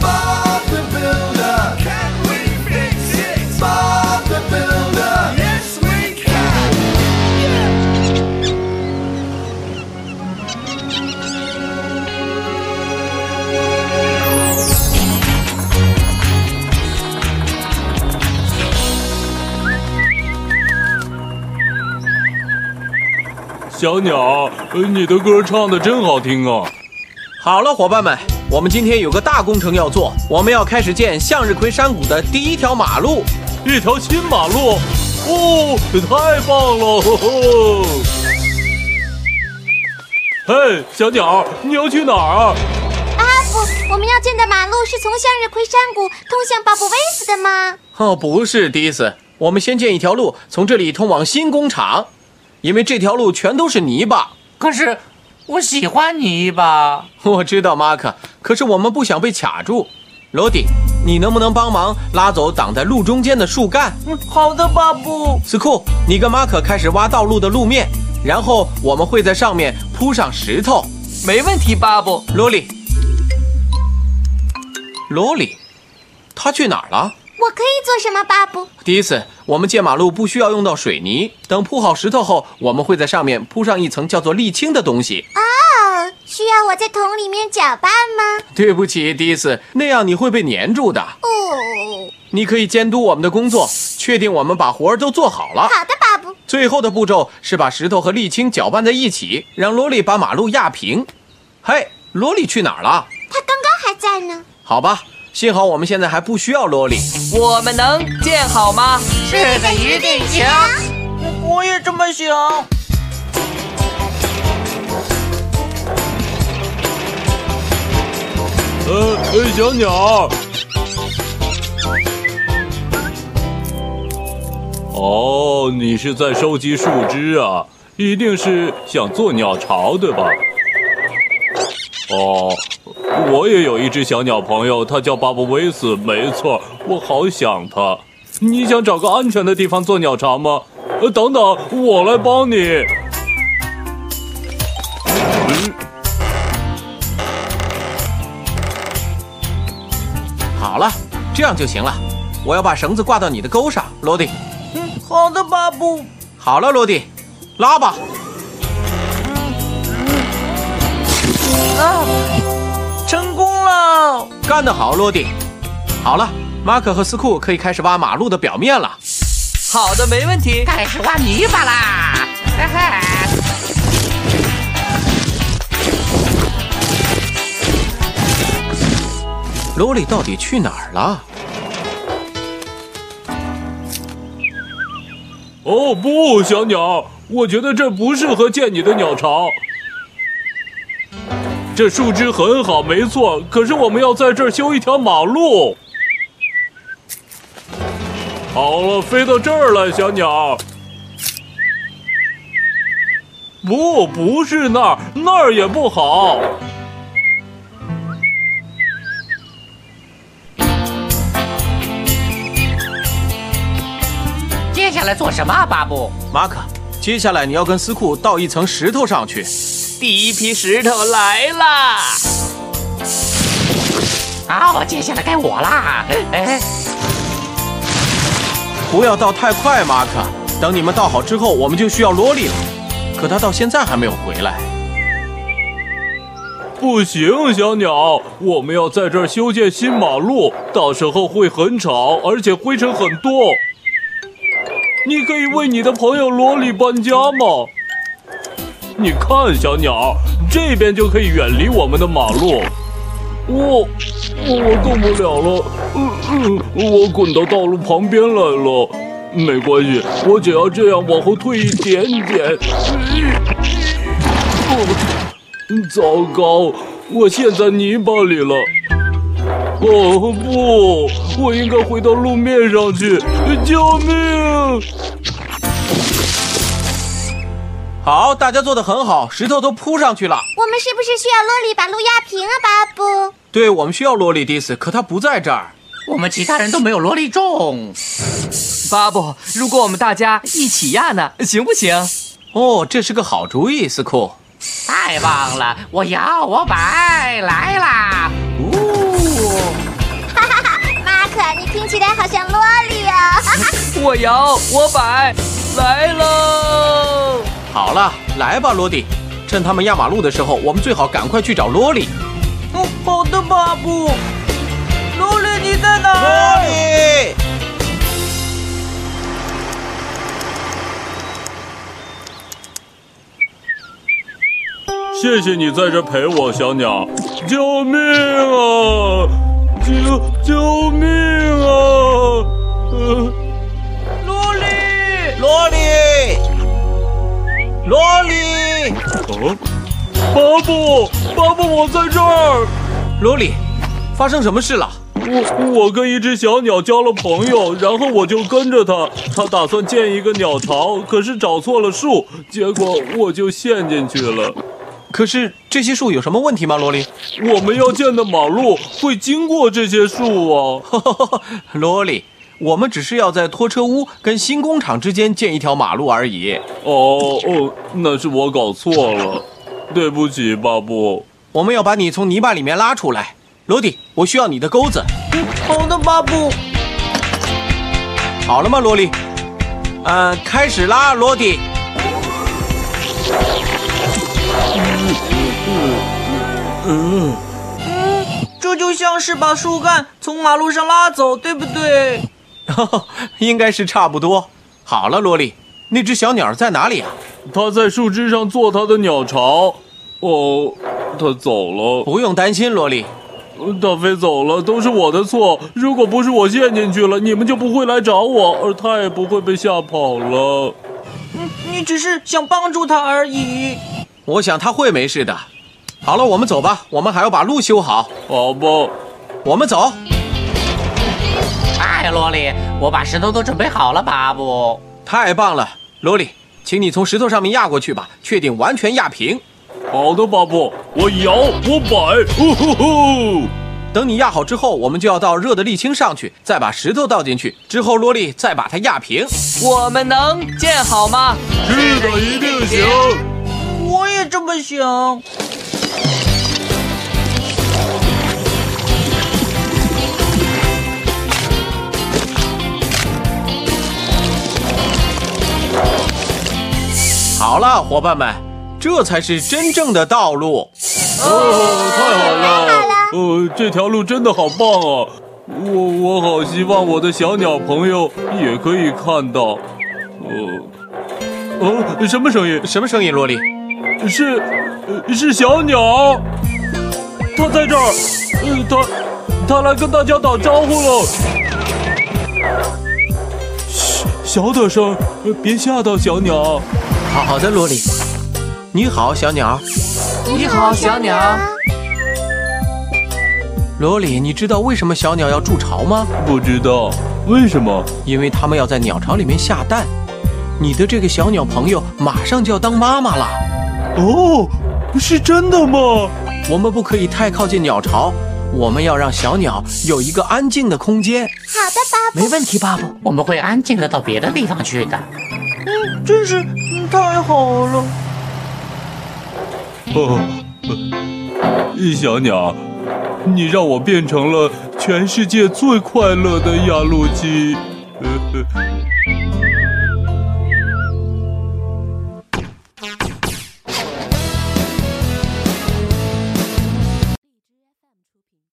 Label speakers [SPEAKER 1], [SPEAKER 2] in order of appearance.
[SPEAKER 1] Bob the Builder. Can we fix it? Bob the Builder. Yes, we can.
[SPEAKER 2] 小鸟，呃你的歌唱的真好听啊！
[SPEAKER 3] 好了，伙伴们，我们今天有个大工程要做，我们要开始建向日葵山谷的第一条马路。
[SPEAKER 2] 一条新马路，哦，太棒了！呵呵嘿，小鸟，你要去哪儿啊？
[SPEAKER 4] 啊不，我们要建的马路是从向日葵山谷通向鲍勃威斯的吗？
[SPEAKER 3] 哦，不是，迪斯，我们先建一条路，从这里通往新工厂，因为这条路全都是泥巴。
[SPEAKER 5] 可是我喜欢你吧？
[SPEAKER 3] 我知道，马克，可是我们不想被卡住。罗迪，你能不能帮忙拉走挡在路中间的树干？
[SPEAKER 5] 嗯，好的，巴布。
[SPEAKER 3] 斯库，你跟马可开始挖道路的路面，然后我们会在上面铺上石头。
[SPEAKER 5] 没问题，巴布。
[SPEAKER 3] 罗莉，罗莉，他去哪儿了？
[SPEAKER 4] 我可以做什么，巴布？
[SPEAKER 3] 第一次，我们建马路不需要用到水泥。等铺好石头后，我们会在上面铺上一层叫做沥青的东西。
[SPEAKER 4] 哦，需要我在桶里面搅拌吗？
[SPEAKER 3] 对不起，第一次，那样你会被粘住的。
[SPEAKER 4] 哦，
[SPEAKER 3] 你可以监督我们的工作，确定我们把活儿都做好了。
[SPEAKER 4] 好的，巴布。
[SPEAKER 3] 最后的步骤是把石头和沥青搅拌在一起，让罗莉把马路压平。嘿，罗莉去哪儿了？
[SPEAKER 4] 他刚刚还在呢。
[SPEAKER 3] 好吧，幸好我们现在还不需要罗莉。
[SPEAKER 6] 我们能建好吗？
[SPEAKER 5] 这个一定行。我也这么想。
[SPEAKER 2] 呃，呃小鸟。哦，你是在收集树枝啊？一定是想做鸟巢，对吧？哦，我也有一只小鸟朋友，它叫巴布威斯，没错，我好想它。你想找个安全的地方做鸟巢吗？呃，等等，我来帮你。
[SPEAKER 3] 好了，这样就行了。我要把绳子挂到你的钩上，罗迪。
[SPEAKER 5] 嗯，好的，巴布。
[SPEAKER 3] 好了，罗迪，拉吧。
[SPEAKER 5] 啊，成功了！
[SPEAKER 3] 干得好，罗迪。好了，马可和斯库可以开始挖马路的表面了。
[SPEAKER 6] 好的，没问题。
[SPEAKER 5] 开始挖泥巴啦！哈哈。
[SPEAKER 3] 罗莉到底去哪儿了？
[SPEAKER 2] 哦不，小鸟，我觉得这不适合建你的鸟巢。这树枝很好，没错，可是我们要在这儿修一条马路。好了，飞到这儿来，小鸟。不，不是那儿，那儿也不好。
[SPEAKER 5] 接下来做什么啊，巴布？
[SPEAKER 3] 马可，接下来你要跟斯库倒一层石头上去。
[SPEAKER 6] 第一批石头来啦！
[SPEAKER 5] 好，接下来该我啦。哎，
[SPEAKER 3] 不要倒太快，马可。等你们倒好之后，我们就需要罗莉了。可他到现在还没有回来。
[SPEAKER 2] 不行，小鸟，我们要在这儿修建新马路，到时候会很吵，而且灰尘很多。你可以为你的朋友罗里搬家吗？你看，小鸟，这边就可以远离我们的马路。我、我动不了了，嗯嗯，我滚到道路旁边来了。没关系，我只要这样往后退一点点。嗯糟糕，我陷在泥巴里了。哦不，我应该回到路面上去！救命！
[SPEAKER 3] 好，大家做得很好，石头都铺上去了。
[SPEAKER 4] 我们是不是需要洛丽把路压平啊，巴布？
[SPEAKER 3] 对，我们需要罗莉迪斯，可他不在这儿。
[SPEAKER 5] 我们其他人都没有萝莉重。
[SPEAKER 6] 巴布，如果我们大家一起压呢，行不行？
[SPEAKER 3] 哦，这是个好主意，斯库。
[SPEAKER 5] 太棒了！我摇，我摆，来啦！
[SPEAKER 4] 哈哈哈，马可，你听起来好像萝莉哦。
[SPEAKER 6] 我摇，我摆，来喽！
[SPEAKER 3] 好了，来吧，罗迪。趁他们压马路的时候，我们最好赶快去找罗莉。
[SPEAKER 5] 哦，好的，巴布。萝莉，你在哪
[SPEAKER 3] 莉，
[SPEAKER 2] 谢谢你在这陪我，小鸟。救命啊！救救命啊！呃，
[SPEAKER 5] 萝莉，
[SPEAKER 3] 罗莉，罗莉，
[SPEAKER 2] 哦，巴布，巴布，我在这儿。
[SPEAKER 3] 罗莉，发生什么事了？
[SPEAKER 2] 我我跟一只小鸟交了朋友，然后我就跟着它。它打算建一个鸟巢，可是找错了树，结果我就陷进去了。
[SPEAKER 3] 可是这些树有什么问题吗？ 罗莉，
[SPEAKER 2] 我们要建的马路会经过这些树啊。
[SPEAKER 3] 罗莉，我们只是要在拖车屋跟新工厂之间建一条马路而已。
[SPEAKER 2] 哦哦，那是我搞错了，呃对不起，巴布。
[SPEAKER 3] 我们要把你从泥巴里面拉出来，罗迪，我需要你的钩子。
[SPEAKER 5] 好的，巴布。
[SPEAKER 3] 好了吗，罗莉？呃，开始拉，罗迪。
[SPEAKER 5] 这就像是把树干从马路上拉走，对不对？
[SPEAKER 3] 应该是差不多。好了，罗莉，那只小鸟在哪里啊？
[SPEAKER 2] 它在树枝上做它的鸟巢。哦，它走了，
[SPEAKER 3] 不用担心，罗莉。
[SPEAKER 2] 它飞走了，都是我的错。如果不是我陷进去了，你们就不会来找我，而它也不会被吓跑了。
[SPEAKER 5] 你只是想帮助他而已。
[SPEAKER 3] 我想它会没事的。好了，我们走吧，我们还要把路修好。
[SPEAKER 2] 好吧，
[SPEAKER 3] 我们走。
[SPEAKER 5] 哎，萝莉，我把石头都准备好了，巴布。
[SPEAKER 3] 太棒了，罗莉，请你从石头上面压过去吧，确定完全压平。
[SPEAKER 2] 好的，巴布，我摇，我摆，呼呼呼。
[SPEAKER 3] 等你压好之后，我们就要到热的沥青上去，再把石头倒进去，之后罗莉再把它压平。
[SPEAKER 6] 我们能建好吗？
[SPEAKER 2] 是的，一定行。
[SPEAKER 5] 我也这么想。
[SPEAKER 3] 好了，伙伴们，这才是真正的道路。
[SPEAKER 2] 哦，太好了！呃，这条路真的好棒啊！我我好希望我的小鸟朋友也可以看到。呃，哦，什么声音？
[SPEAKER 3] 什么声音，罗莉？
[SPEAKER 2] 是呃是小鸟，它在这儿，呃，它它来跟大家打招呼了。嘘，小点声，呃别吓到小鸟。
[SPEAKER 3] 好的，罗莉。你好，小鸟。
[SPEAKER 6] 你好，小鸟。
[SPEAKER 3] 罗莉，你知道为什么小鸟要筑巢吗？
[SPEAKER 2] 不知道为什么？
[SPEAKER 3] 因为它们要在鸟巢里面下蛋。你的这个小鸟朋友马上就要当妈妈了，
[SPEAKER 2] 哦，是真的吗？
[SPEAKER 3] 我们不可以太靠近鸟巢，我们要让小鸟有一个安静的空间。
[SPEAKER 4] 好的，巴布。
[SPEAKER 6] 没问题，巴布。
[SPEAKER 5] 我们会安静的到别的地方去的。嗯，真是嗯太好了。
[SPEAKER 2] 哦，呃小鸟，你让我变成了全世界最快乐的压路机。 呃呃